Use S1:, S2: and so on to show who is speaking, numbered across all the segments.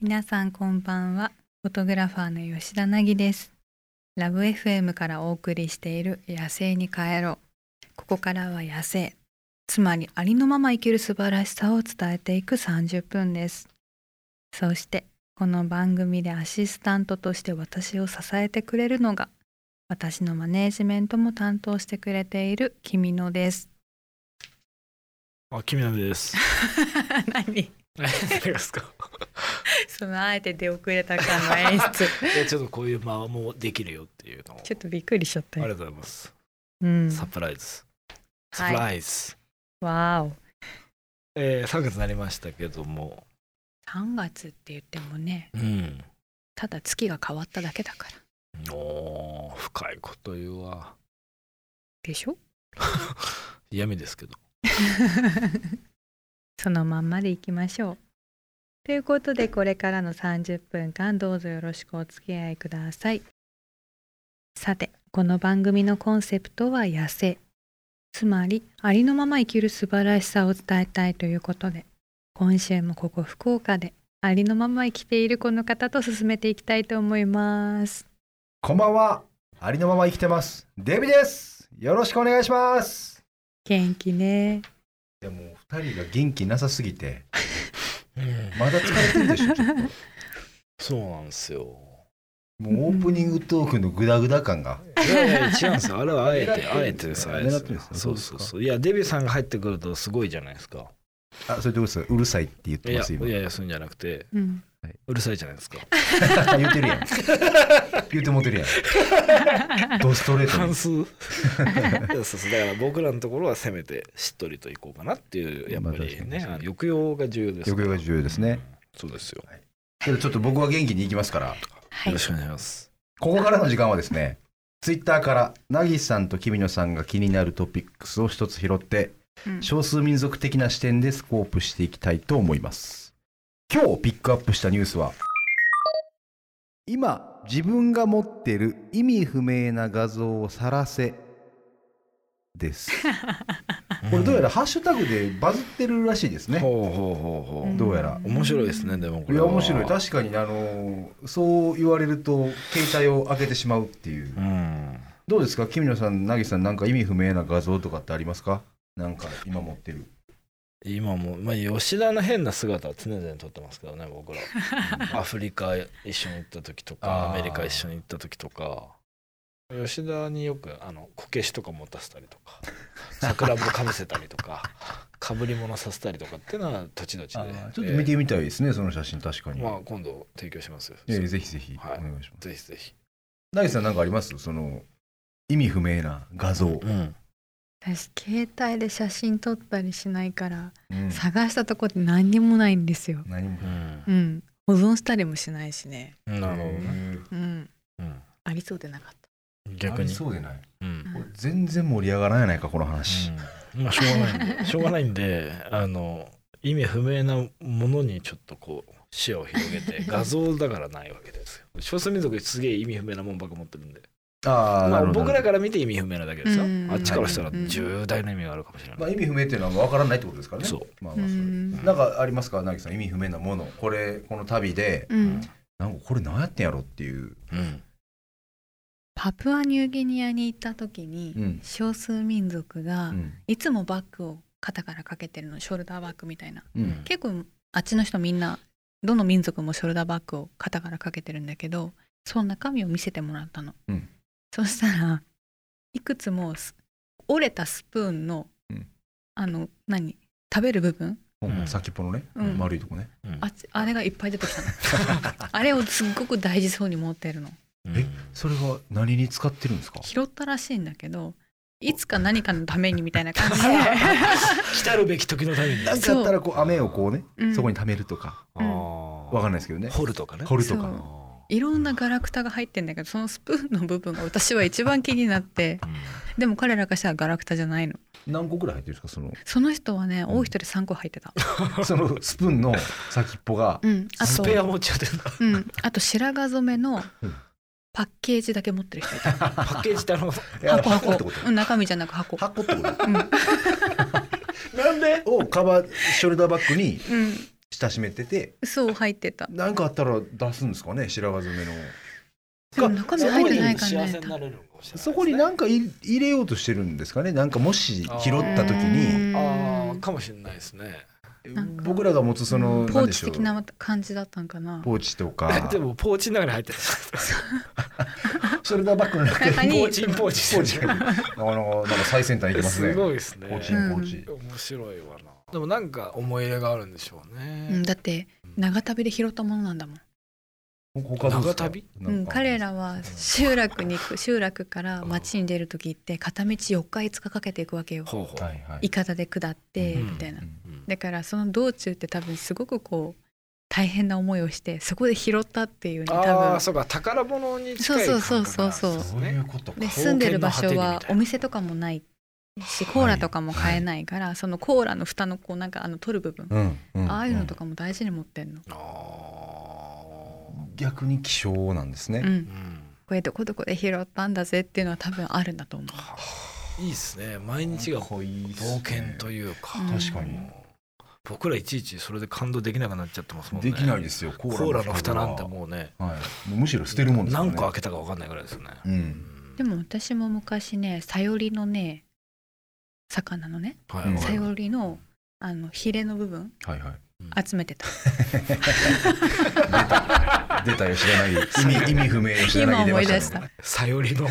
S1: 皆さんこんばんはフォトグラファーの吉田凪ですラブ FM からお送りしている野生に帰ろうここからは野生つまりありのまま生きる素晴らしさを伝えていく30分ですそしてこの番組でアシスタントとして私を支えてくれるのが私のマネージメントも担当してくれている君野です
S2: あ、君なんです。
S1: 何
S2: え何ですか。
S1: そのあえて出遅れた感の演 出
S2: いやちょっとこういう間もできるよっていうのを。
S1: ちょっとびっくりしちゃった
S2: あ
S1: よ
S2: りがとうございます。
S1: うん、
S2: サプライズ。サプ
S1: い、
S2: ライズ。
S1: わお
S2: えー、3月になりましたけども。
S1: 3月って言ってもね
S2: うん。
S1: ただ月が変わっただけだから
S2: おー深いこと言うわ。
S1: でしょ
S2: 嫌味ですけど。
S1: そのまんまでいきましょうということでこれからの30分間どうぞよろしくお付き合いくださいさてこの番組のコンセプトは「野生」つまりありのまま生きる素晴らしさを伝えたいということで今週もここ福岡でありのまま生きているこの方と進めていきたいと思います
S3: こんばんは。ありのまま生きてます。デビです。よろしくお願いします。
S1: 元気ね
S3: いやもう二人が元気なさすぎて、
S2: うん。
S3: まだ疲れてるでしょ。ちょっと
S2: そうなんですよ。
S3: も うオープニングトークのグダグダ感が。
S2: いやいや違うんですよ。あれはあえて、あえてです。あえ
S3: 狙ってるんです
S2: て
S3: か
S2: そうそうそう。いや、デビューさんが入ってくるとすごいじゃないですか。
S3: あ、それどうですうるさいって言っ
S2: い
S3: てま
S2: や、
S3: す
S2: い
S3: 今。
S2: やいや、そういうんじゃなくて、
S1: うん
S2: うるさいじゃないですか。
S3: 言ってるやん。言ってもうてるやん。ドストレート
S2: 半
S3: に。
S2: 数 そうそうだから僕らのところはせめてしっとりといこうかなっていうやっぱ
S3: まあ
S2: り
S3: 確か
S2: ね
S3: に
S2: あの抑揚が重要です
S3: 抑揚が重要ですね
S2: そうですよ、
S3: けどちょっと僕は元気に行きますから。
S1: は
S2: よろしくお願いします
S3: ここからの時間はですね、ツイッターから、なぎさんときみのさんが気になるトピックスを一つ拾って、
S1: うん
S3: 少数民族的な視点でスコープしていきたいと思います今日ピックアップしたニュースは今自分が持ってる意味不明な画像を晒せです これどうやらハッシュタグでバズってるらしいですね、
S2: ほうほうほうほう、
S3: どうやら
S2: 面白いですねでもこ
S3: い
S2: れ
S3: や
S2: は
S3: 面白い確かにあのそう言われると携帯を開けてしまうっていう
S2: うん
S3: どうですか君野さんなぎさんなんか意味不明な画像とかってありますかなんか今持って る
S2: 今も、まあ、吉田の変な姿は常々撮ってますけどね僕ら アフリカ一緒に行った時とか
S3: あー
S2: アメリカ一緒に行った時とか吉田によくあのこけしとか持たせたりと か桜もかぶせたりとかかぶり物させたりとかっていうのは土地土地で
S3: あーちょっと見てみたいですね、その写真確か
S2: えー
S3: に、
S2: まあ今度提供しますよ
S3: ええぜひぜひお
S2: はい
S3: 願いします。
S2: ぜひぜひ、
S3: なぎさんなんかありますその意味不明な画像。
S2: うん、
S1: 私携帯で写真撮ったりしないから、
S3: うん
S1: 探したとこって何にもないんですよ。
S3: 何も
S2: う。ん
S1: うん、保存したりもしないしね。
S2: なるほどね、
S1: うん、
S2: うん、
S1: ありそうでなかっ
S2: 逆
S3: あり
S2: に
S3: そうでない。
S2: うん
S3: これ全然盛り上がらないやないかこの話。
S2: うんまあしょうがないんでしょうがないんであの意味不明なものにちょっとこう視野を広げて画像だからないわけですよ少数民族すげえ意味不明なもんばっか持ってるんで
S3: あ
S2: ま
S3: あな
S2: あ
S3: るほど。
S2: 僕らから見て意味不明なだけですよ
S1: うん
S2: あっちからしたら
S1: うん
S2: 重大な意味があるかもしれ
S3: ま
S2: な
S3: あ
S2: い
S3: 意味不明っていうのはわからないってことですからね。
S2: そう
S3: まあ
S1: た。う
S3: まあそれ。
S1: ん、
S3: なんかありますかなぎさん意味不明なもの。これこの旅で
S1: うん、
S3: なんかこれ何やってんやろっていう。
S2: うん
S1: パプアニューギニアに行った時に、
S3: うん
S1: 少数民族
S3: う
S1: が
S3: ん
S1: いつもバッグを肩からかけてるのショルダーバッグみたいな
S3: うん
S1: 結構あっちの人みんなどの民族もショルダーバッグを肩からかけてるんだけどその中身を見せてもらったの、
S3: うん
S1: そしたらいくつもす折れたスプーンの、
S3: うん
S1: あの何食べる部分
S2: うん
S3: 先っぽのね、
S1: うん
S3: 丸いとこね。
S2: うん
S1: あっちあれがいっぱい出てき たのあれをすっごく大事そうに持ってるの
S2: うん
S3: えそれは何に使ってるんですか。
S1: 拾ったらしいんだけどいつか何かのためにみたいな 感じ
S2: 来たるべき時のために
S3: なんかあったらこう雨をこうね、
S1: で、うん
S3: そこに溜めるとか、
S1: うん
S3: わか
S2: い
S3: んないですけどね。
S2: 掘るとかね
S3: 掘るとか
S1: そう
S3: の。
S1: いろんなガラクタが入ってんだけどそのスプーンの部分が私は一番気になって
S2: うん
S1: でも彼らがしたらガラクタじゃないの
S3: 何個ぐらい入ってるんですかその
S1: その人はね、
S3: うん
S1: 多い人で3個入って た。
S3: そのスプーンの先っぽが
S1: うん、あ
S2: ス
S1: と、
S2: ペア持っちゃってんだ
S1: うん、あと白髪染めの
S3: うん
S1: パッケージだけ持ってる人いた。
S2: パッケージってあの
S3: いや
S1: 箱箱
S3: ってこ
S1: うん、中身じゃなく箱
S3: と。箱ってこ
S1: うん、
S2: なんで
S3: とをカバーショルダーバッグに
S1: うん、
S3: し親しめてて
S1: そう入ってた
S3: 何かあったら出すんですかね白髪染めの
S1: でも中身入ってないか
S2: 幸
S1: ら
S2: せ
S1: ね
S2: になれるのかもしれないですね
S3: そこに何か入入れようとしてるんですかねなんかもし拾った時に
S2: ああかもしれないですね。
S1: なんか
S3: 僕らが持つその
S1: ポ
S3: 何
S1: ー
S3: で
S1: チ
S3: しょう
S1: 的な感じだったんかな
S3: ポーチ と か
S2: でもポーチの中に入ってる。
S3: ショルダーバッグの中に
S1: 中に
S2: ポーチンポーチ。
S3: ポーチがなかなかなんか最先端行きますね
S2: すごいですね。
S3: ポーチ
S1: うん
S3: ポーチ
S2: 面白いわな。でもなんか思い入れがあるんでしょう
S1: う
S2: ね
S1: ん、。だって長旅で拾ったものなんだもん
S3: 他どうです
S2: 長
S3: か
S2: 旅
S3: なんか
S1: うん、彼らは集落に行く集落から町に出る時って片道4日5日かけていくわけよ
S2: ほうほう。
S3: はいはい
S1: イカダで下って
S2: うん
S1: みたいな、
S3: うん
S2: うん
S1: だからその道中って多分すごくこう大変な思いをしてそこで拾ったっていうね多
S2: ああ
S1: 分
S2: そうか宝物に近い感覚なんです
S1: そ
S2: ね
S1: うそうそう
S3: そういうことか
S1: で住んでる場所はお店とか
S2: か
S1: もないしコーラとかも買えないから、そのコーラの蓋のこうなんかあの取る部分、
S3: うんうん
S1: ああいうのと
S3: か
S1: かも大事に持ってんの、
S2: ああ
S3: 逆に希少なんです
S1: う
S3: ね
S1: ん
S2: ー、うん
S1: これどこどこで拾ったんだぜっていうのは多分あるんだと思う
S2: はあいいですね毎日が
S3: こいいっすね
S2: 冒険というか
S1: うん
S3: 確かに
S2: 僕らいちいちそれで感動できなくなっちゃってますもんね
S3: できないですよコ
S2: コーラの蓋
S3: は
S2: なんてもうね
S3: はいもうむしろ捨てるもんですよね
S2: 何個開けたか分かんないぐらいですよね
S3: うん
S1: でも私も昔ねサヨリのね魚のね
S2: は
S3: うん
S2: わか
S1: サ
S2: りま
S1: ヨリのあのヒレの部分
S3: はいはい
S1: 集めてた
S3: 出た吉田凪意 味意味不明吉
S1: 今
S3: 田凪出
S1: 思
S3: ま
S1: い出
S3: し
S1: した
S3: ね
S1: た
S2: すさよりの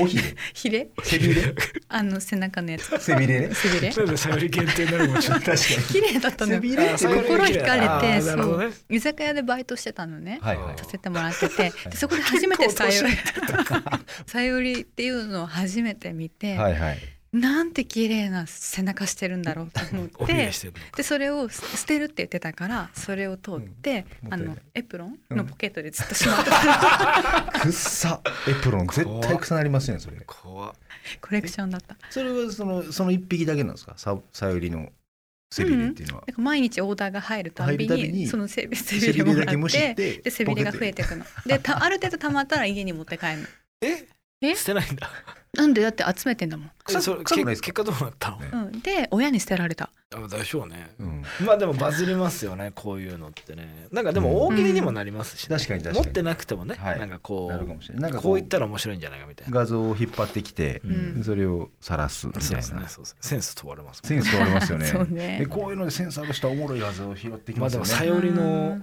S3: おひれ
S1: ヒレ
S3: 背びれ
S1: あの背中のやつ
S3: 背びれね
S1: 背び れ
S2: なんでさより限定になるのもちょっ
S3: 確かに
S1: 綺麗だったの
S3: 背
S1: よ
S3: び
S2: あ
S3: れって
S2: さ
S3: 僕
S2: よ
S3: は
S2: り
S1: 心惹かれて
S2: あーなるほどね
S1: 居酒屋でバイトしてたのね、
S3: いはい
S1: させてもらっててでそこで初めて
S2: 結構
S1: さ
S2: 年
S1: より さよりっていうのを初めて見て、
S3: はいはい
S1: なんて綺麗な背中してるんだろうと思っ
S2: おび
S1: て
S2: れしてるの
S1: でそれを捨捨てるって言ってたからそれを取って、
S3: うん
S1: あ
S3: もっ
S1: の
S3: たい
S1: エプロン
S3: うん
S1: のポケットでずっとしまって た、
S3: くっさエプロン絶対くさなりますねそれ
S2: 怖っ
S1: コレクションだった
S3: それはそのその一匹だけなんですかささよりの背びれっていうのは
S1: なんか毎日オーダーが入るたびに
S3: 入るたびに
S1: その背び背
S3: 背
S1: び
S3: び
S1: れ
S3: れ
S1: も
S3: だ
S1: ら
S3: け
S1: っ
S3: もしてて
S1: で背びれが増えていくのでたある程度たまったら家に持って帰るの
S2: え
S1: え
S2: 捨てないんだ
S1: なんでだって集めてんだもん、
S3: 臭
S2: えそれ
S3: 臭くないです
S2: 結
S3: か
S2: 果どうなったの
S3: ね
S1: うん、で親に捨てられた
S2: あでしょうね
S3: うん
S2: まあでもバズりますよねこういうのってねなんかでも大喜利にもなりますしね、
S3: うん確かに確か
S2: 持
S3: に
S2: ってなくてもね、
S3: はい
S2: なんかこ
S3: なるか
S2: う
S3: もしれないなんか
S2: こういったら面白いんじゃないかみたいな、
S3: 画像を引っ張ってきて
S2: う
S1: うん
S3: それを晒すみ
S2: そう
S3: た
S2: で
S3: い
S2: すね
S3: な
S2: そうですねセンス問われますもん
S3: センスありますよね
S1: そうね
S3: でこういうのでセンスある人はおもろい画像を拾ってき
S2: まあ
S3: ます
S2: で
S3: よ
S2: も
S3: ね
S2: さよりの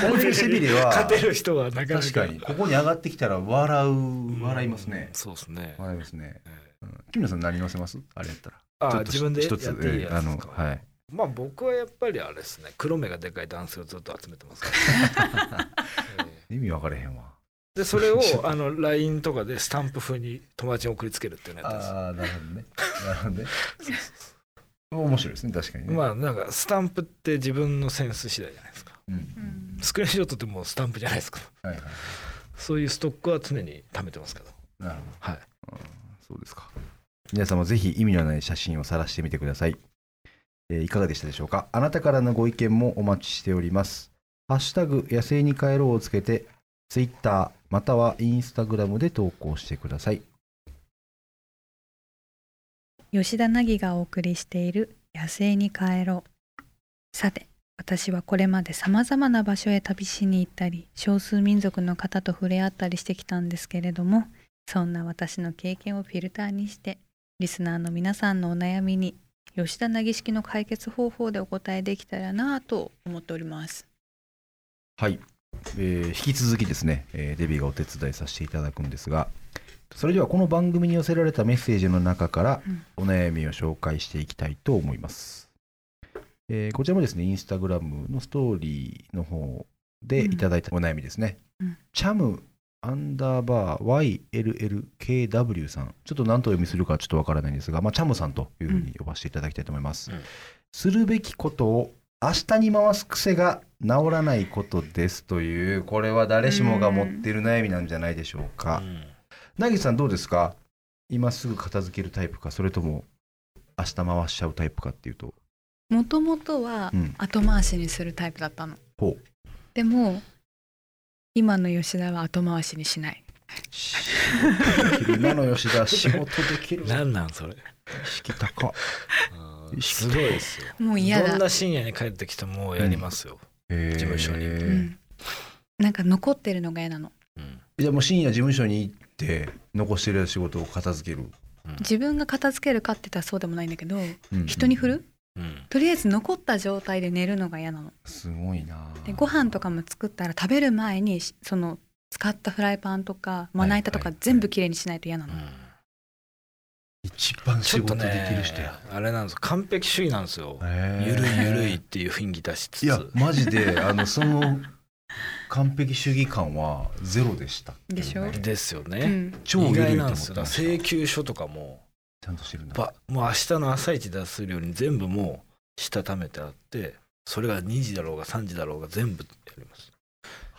S3: だいぶ背びれは
S2: 勝てる人はなかなか
S3: 確かにここに上がってきたら笑う笑いますね
S2: うんそうですね、
S3: 笑いますね
S2: え
S3: うん木村さん何乗せますあれやったら
S2: あ
S3: ちょっと
S2: 自分でや
S3: 一
S2: って
S3: つ
S2: いい
S3: えー
S2: や
S3: あ
S2: つで
S3: の
S2: すか
S3: はい
S2: まあ僕はやっぱりあれですね黒目がでかい男性をずっと集めてますから ええ
S3: 意味分かれへんわ
S2: でそ れをあの LINE とかでスタンプ風に友達に送りつけるっていうのやってます
S3: ああなるほど ねなるほどね面白いですね確かにね
S2: まあなんかスタンプって自分のセンス次第じゃないですか
S3: うん
S2: スクリーンショットってもうスタンプじゃないです か
S3: はいはい
S2: そういうストックは常に貯めてますけど
S3: なるほ
S2: は
S3: ど
S2: い
S3: そうですか。皆様ぜひ意味のない写真を晒してみてください。えーいかがでしたでしょうかあなたからのご意見もお待ちしております。ハッシュタグ野生に帰ろうをつけて、Twitter または Instagram で投稿してください。
S1: 吉田凪がお送りしている「野生に帰ろう」さて私はこれまでさまざまな場所へ旅しに行ったり少数民族の方と触れ合ったりしてきたんですけれどもそんな私の経験をフィルターにしてリスナーの皆さんのお悩みに吉田凪式の解決方法でお答えできたらなぁと思っております。
S3: はい、えー引き続きですね、えーデビーがお手伝いさせていただくんですがそれではこの番組に寄せられたメッセージの中から
S1: うん
S3: お悩みを紹介していきたいと思います、えーこちらもですねインスタグラムのストーリーの方でいただいたお悩みですね、
S1: うん
S3: チャムアンダーバー YLLKW さんちょっと何とお読みするかちょっとわからないんですが、まあ、チャムさんというふうに呼ばせていただきたいと思います、
S2: うん
S3: するべきことを明日に回す癖が治らないことですというこれは誰しもが持っている悩みなんじゃないでしょうか
S2: うん
S3: なぎさんどうですか今すぐ片付けるタイプかそれとも明日回しちゃうタイプかっていうと
S1: もともとは
S3: うん
S1: 後回しにするタイプだったの。
S3: ほう
S1: でも今の吉田は後回しにしない。
S3: 仕 事できる今の吉田仕事できる
S2: 何なんそれ
S3: 意識高
S2: あうんすごいですよ。
S1: もう嫌
S2: ど
S1: だ
S2: んな深夜に帰ってきてもやりますよ。
S3: 事
S2: 事務所に
S1: うん、なんか残ってるのが嫌なの
S2: うん
S3: じゃあもう深夜事務所に行って残してる仕事を片付ける、
S1: 自分が片付けるかって言ったらそうでもないんだけど
S3: うん
S1: 人に振る
S2: うん
S1: とりあえず残った状態で寝るのが嫌なの
S3: すごいな
S1: でご飯とかも作ったら食べる前にしその使ったフライパンとかまな板と
S3: はいはい
S1: か
S3: はい
S1: 全部きれいにしないと嫌なの、
S3: 一番
S2: ち
S3: 仕
S2: ょっと
S3: 事できる
S2: ね
S3: 人や、
S2: あれなんです完璧主義なんですよ。
S3: へー
S2: ゆるいゆるいっていう雰囲気出しつつ。
S3: いやマジであのその完璧主義感はゼロでしたけどね
S1: でしょ
S2: ですよ
S1: う
S2: ね。
S1: ん
S3: 超ゆ
S2: 意外
S3: るいと
S2: なん
S3: 思っ
S2: で
S3: て
S2: すよ。だ
S3: ま
S2: から
S3: した
S2: 請求書とかも、
S3: ちゃんとしてるんだ
S2: ばもう明日の朝一出すように全部もうしたためてあって、それが2時だろうが3時だろうが全部やります。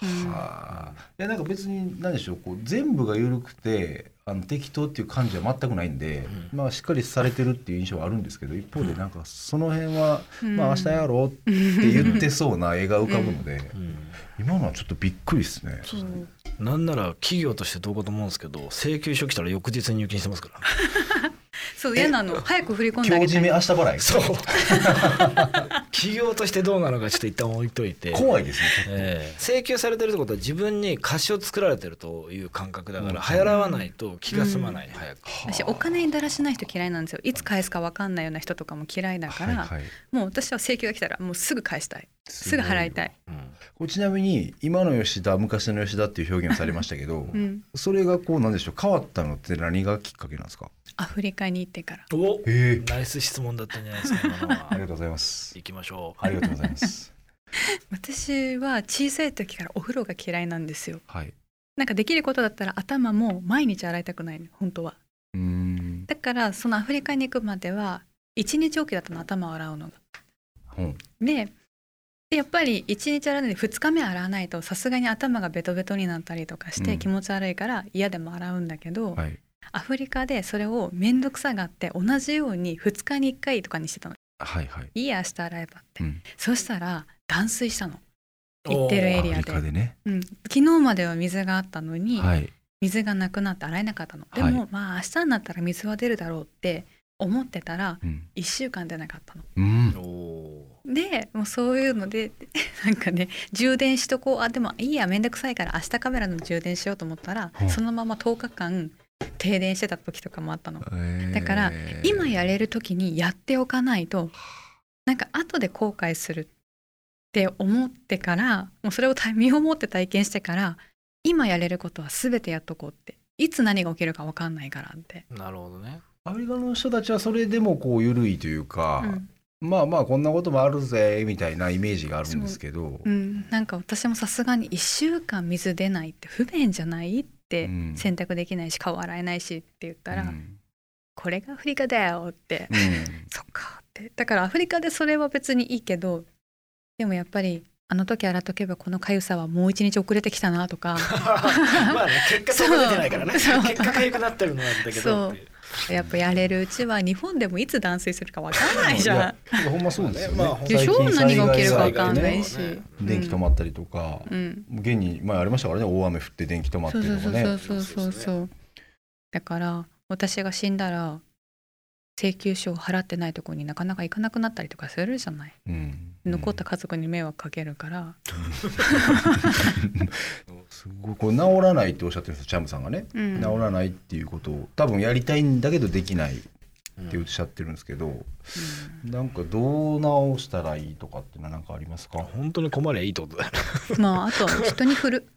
S1: うん
S3: はあいやなんか別に何でしょうこう全部が緩くてあの適当っていう感じは全くないんで、
S2: うん
S3: まあしっかりされてるっていう印象はあるんですけど一方でなんかその辺は、
S1: うん
S3: まあ明日やろうって言ってそうな絵が浮かぶので、
S2: うん
S3: 今のはちょっとびっくりですね。
S1: そう
S2: なんなら企業としてどうかと思うんですけど請求書来たら翌日入金してます から、ね、
S1: そう嫌なの早く振り込んであ
S3: 今
S1: げ
S3: 日
S1: た
S3: 締め
S1: い
S3: 明日払い。
S2: そう企業としてどうなのかちょっと一旦置いといて、
S3: 怖いですね。ちょっと
S2: ええ請求されてるってことは自分に貸しを作られてるという感覚だか
S3: うん
S2: ら払わないと気が済まない、早く、
S1: 私お金にだらしない人嫌いなんですよいつ返すか分かんないような人とかも嫌いだから、
S3: はいはい
S1: もう私は請求が来たらもうすぐ返したいすぐ払いたい。
S2: うん
S3: これちなみに今の吉田昔の吉田っていう表現をされましたけど、
S1: うん、
S3: それがこうなんでしょう変わったのって何がきっかけなんですか。
S1: アフリカに行ってから
S2: お
S3: ええ
S2: ナイス質問だったんじゃないですか今 の
S3: ありがと
S2: は
S3: うございます。
S2: 行きましょう
S3: ありがとうございます。
S1: 私は小さい時からお風呂が嫌いなんですよ
S3: はい。
S1: なんかできることだったら頭も毎日洗いたくないの本当は
S3: うーん。
S1: だからそのアフリカに行くまでは一日おきだったの頭を洗うのが
S3: うん
S1: ででやっぱり一日洗うのに2日目洗わないとさすがに頭がベトベトになったりとかし
S3: う
S1: て
S3: ん
S1: 気持ち悪いから嫌でも洗うんだけど、
S3: はい。
S1: アフリカでそれを面倒くさがって同じように2日に1回とかにしてたの
S3: はいはい。
S1: いいや明日洗えばって、
S3: うん
S1: そしたら断水したの行ってる
S2: お
S1: エ
S2: ー
S1: リ
S3: ア
S1: ア
S3: メリ
S1: で
S3: カでね。
S1: うん、昨日までは水があったのに、
S3: はい。
S1: 水がなくなって洗えなかったのでも、まあ明日になったら水は出るだろうって思ってたら
S3: うん。
S1: 1週間出なかったの
S3: うん。
S2: お
S1: でもうそういうので なんかね充電しとこうあでもいいやめんどくさいから明日カメラの充電しようと思ったら、
S3: うん
S1: そのまま10日間停電してた時とかもあったの
S3: えー
S1: だから今やれる時にやっておかないとなんか後で後悔するって思ってからもうそれを体身をもって体験してから今やれることは全てやっとこうっていつ何が起きるか分かんないからって、
S2: ーなるほど ね
S3: アメリカの人たちはそれでもこう緩いというか、
S1: うん
S3: まあまあこんなこともあるぜみたいなイメージがあるんですけど、
S1: うんなんか私もさすがに1週間水出ないって不便じゃないって、
S3: うん
S1: 洗濯できないし顔洗えないしって言ったら、
S3: うん
S1: これがアフリカだよって
S3: うん
S1: そっかってだからアフリカでそれは別にいいけどでもやっぱりあの時洗っとけばこのかゆさはもう一日遅れてきたなと か
S2: まあね結果そこ出てないからね結
S1: そう
S2: 果痒くなってるのなんだけどっていう
S1: やっぱやれるうちは日本でもいつ断水するかわかんないじゃん。
S3: いやほんまそうですよね。
S2: まあねまあ
S1: でしょ
S3: 最
S1: 何
S3: 近
S1: が起きるかわ
S3: 災害
S1: かんない
S3: ね
S1: し、
S2: 災害
S1: うん
S3: 電気止まったりとか、
S1: うん、
S3: 現に前ありましたからね大雨降って電気止まって
S1: そう
S3: る
S1: そうそ
S3: とか
S1: うそうそ
S3: ね
S1: うそうそうだから私が死んだら請求書を払ってないところになかなか行かなくなったりとかするじゃない
S3: うん
S1: 残った家族に迷惑かけるから、
S3: すごいこう治らないっておっしゃってるんですよチャムさんがね、
S1: うん
S3: 治らないっていうことを多分やりたいんだけどできないっ
S2: うん
S3: ておっしゃってるんですけど、なんかどう直したらいいとかっていうのは何かありますか
S2: 本当に困りゃいいってことだよ ね
S1: うんまああとは人に振る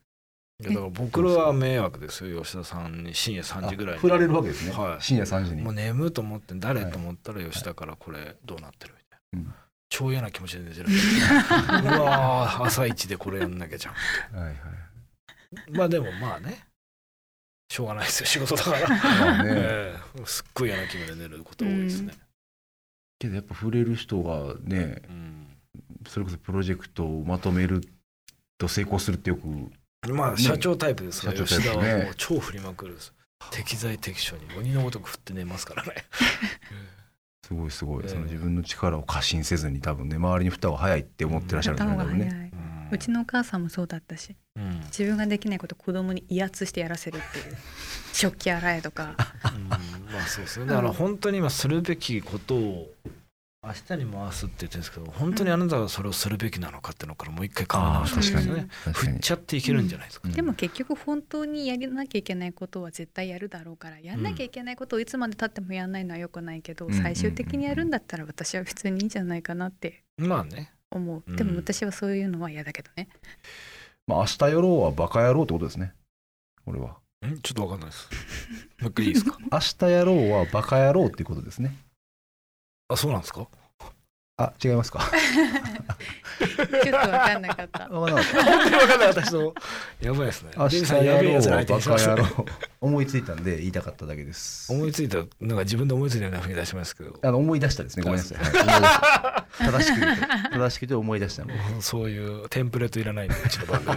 S2: いやだから僕らは迷惑ですよ吉田さんに深夜3時ぐらい
S3: あ
S2: に
S3: 振られるわけですね、
S2: はい
S3: 深夜3時に
S2: もう眠いと思って誰
S3: はい
S2: と思ったら吉田からこれどうなってるみたい
S3: うん
S2: な超嫌な気持ちで 寝てるうわー朝一でこれやんなきゃじゃん
S3: はいはい
S2: まあでもまあねしょうがないですよ仕事だから、
S3: まあ ね
S2: ええすっごい嫌な気分で寝ること多いですね、
S3: けどやっぱ触れる人がね
S2: うん
S3: それこそプロジェクトをまとめると成功するってよく
S2: ま
S3: ね
S2: あ社長タイプですから、
S3: 社長タイ
S2: 吉
S3: プ
S2: 田
S3: ね
S2: はもう超振りまくるです適材適所に鬼のごとく振って寝ますからね
S3: すごいすごい、
S2: ええ
S3: その自分の力を過信せずに多分ね周りに負担は早いって思ってらっしゃるんだ
S1: た
S3: よね
S1: 方が
S3: 多
S1: 早い、
S3: 分ね
S1: うち、のお母さんもそうだったし
S2: うんうん
S1: 自分ができないこと子供に威圧してやらせるっていう食器洗えとか
S2: うんまあそうですねだから本当に今するべきことを明日に回すって言ってるんですけど本当にあなたがそれをするべきなのかっていうのからもう一回考え直してほしいです
S1: あー
S2: ね
S3: 確
S2: 振
S3: か
S2: っ
S3: に。
S2: ちゃっていけるんじゃないですか、
S3: うん
S1: でも結局本当にやらなきゃいけないことは絶対やるだろうからやんなきゃいけないことをいつまでたってもやんないのは良くないけど、
S3: うん
S1: 最終的にやるんだったら私は別にいいんじゃないかなって
S2: まあね
S1: 思う
S2: うん
S1: でも私はそういうのは嫌だけどね、
S3: まあ明日やろうはバカ野郎ってことですね。俺は。
S2: んちょっとわかんないですもう一回いいですか
S3: 明日やろうはバカ野郎っていうことですね。
S2: あそうなんですか
S3: あ、違いますか。
S1: ちょっと分かんなかった
S3: わからな
S2: 本当に
S3: かった
S2: わかんない 私のやばいですね
S3: 明
S2: デビ
S3: 日
S2: さんや
S3: や
S2: べえ
S3: ろ
S2: やつ
S3: う
S2: ら
S3: は
S2: 相手
S3: バ
S2: にしまし
S3: カ
S2: た
S3: 野郎。思いついたんで言いたかっただけです。
S2: 思いついたなんか自分で思いついたようなふうに出しますけど
S3: あの思い出したですね。ごめんなさい。 はい思い出した正しく言うと正しく言うと思い出したの。
S2: もうそういうテンプレートいらないんでうちの番 組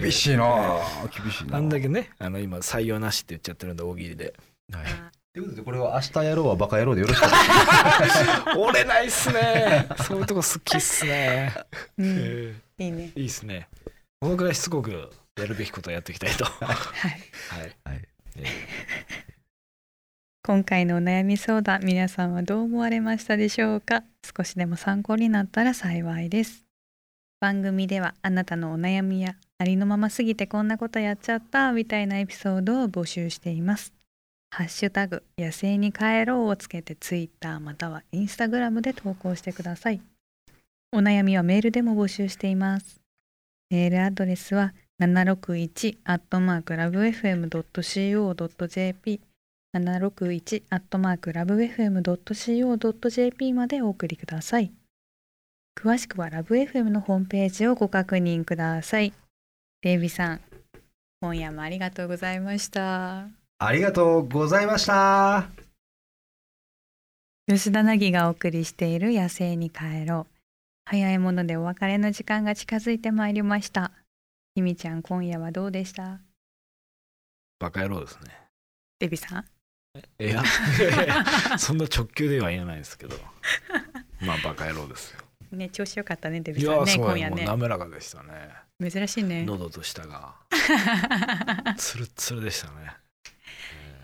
S3: 厳しいなあ厳しいなあ
S2: あんだけねあの今採用なしって言っちゃってるんで大喜利で
S3: はい。ということでこれは明日やろうはバカ野郎でよろしくお願いし
S2: 折れないっすねそういうとこ好きっすね、
S1: うん、
S2: え
S1: いいね
S2: ーいいっすねこのくらいしつこくやるべきことをやっていきたいとは
S1: はい
S2: い
S3: ます。はい。
S1: 今回のお悩み相談皆さんはどう思われましたでしょうか少しでも参考になったら幸いです番組ではあなたのお悩みやありのまますぎてこんなことやっちゃったみたいなエピソードを募集していますハッシュタグ野生に帰ろうをつけてツイッターまたはインスタグラムで投稿してくださいお悩みはメールでも募集していますメールアドレスは761アットマークラブ FM.co.jp 761アットマークラブ FM.co.jp までお送りください。詳しくはラブ FM のホームページをご確認ください。デイビーさん、今夜もありがとうございました。
S3: ありがとうございました。
S1: 吉田凪がお送りしている野生に帰ろう。早いものでお別れの時間が近づいてまいりました。ひみちゃん、今夜はどうでした
S2: バカ野郎ですね
S1: デイビーさん
S2: い やそんな直球では言えないですけどまあバカ野郎ですよ
S1: ね、調子よかったね、デイビ
S2: い
S1: ー
S2: や
S1: さん
S2: ー
S1: ね、
S2: そう
S1: 今
S2: や
S1: 夜
S2: もう
S1: ね。
S2: 滑らかでしたね
S1: 珍しいね。
S2: 喉と舌 がツルッツルでしたね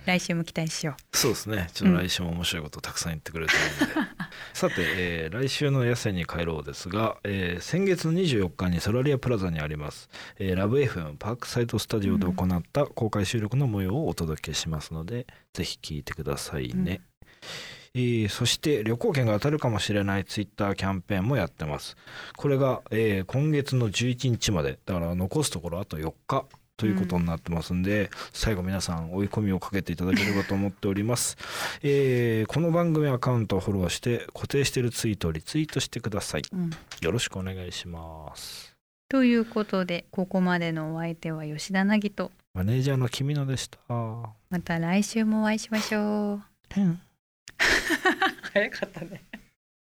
S1: 来週も期待しよう。
S2: そうですね。ちょっと来週も面白いことたくさん言ってくれると思うので。さて、えー来週の「野生に帰ろう」ですが、えー先月24日にソラリアプラザにあります、えーラブ FM パークサイトスタジオで行った公開収録の模様をお届けしますので、ぜひ聞いてくださいね。えーそして旅行券が当たるかもしれないツイッターキャンペーンもやってます。これが、えー今月の11日までだから残すところあと4日ということになってますんで、最後皆さん追い込みをかけていただければと思っております、えーこの番組アカウントをフォローして固定しているツイートをリツイートしてください
S1: うん
S2: よろしくお願いします
S1: ということでここまでのお相手は吉田凪と
S2: マネージャーの君野でした、
S1: また来週もお会いしましょう。早かったね。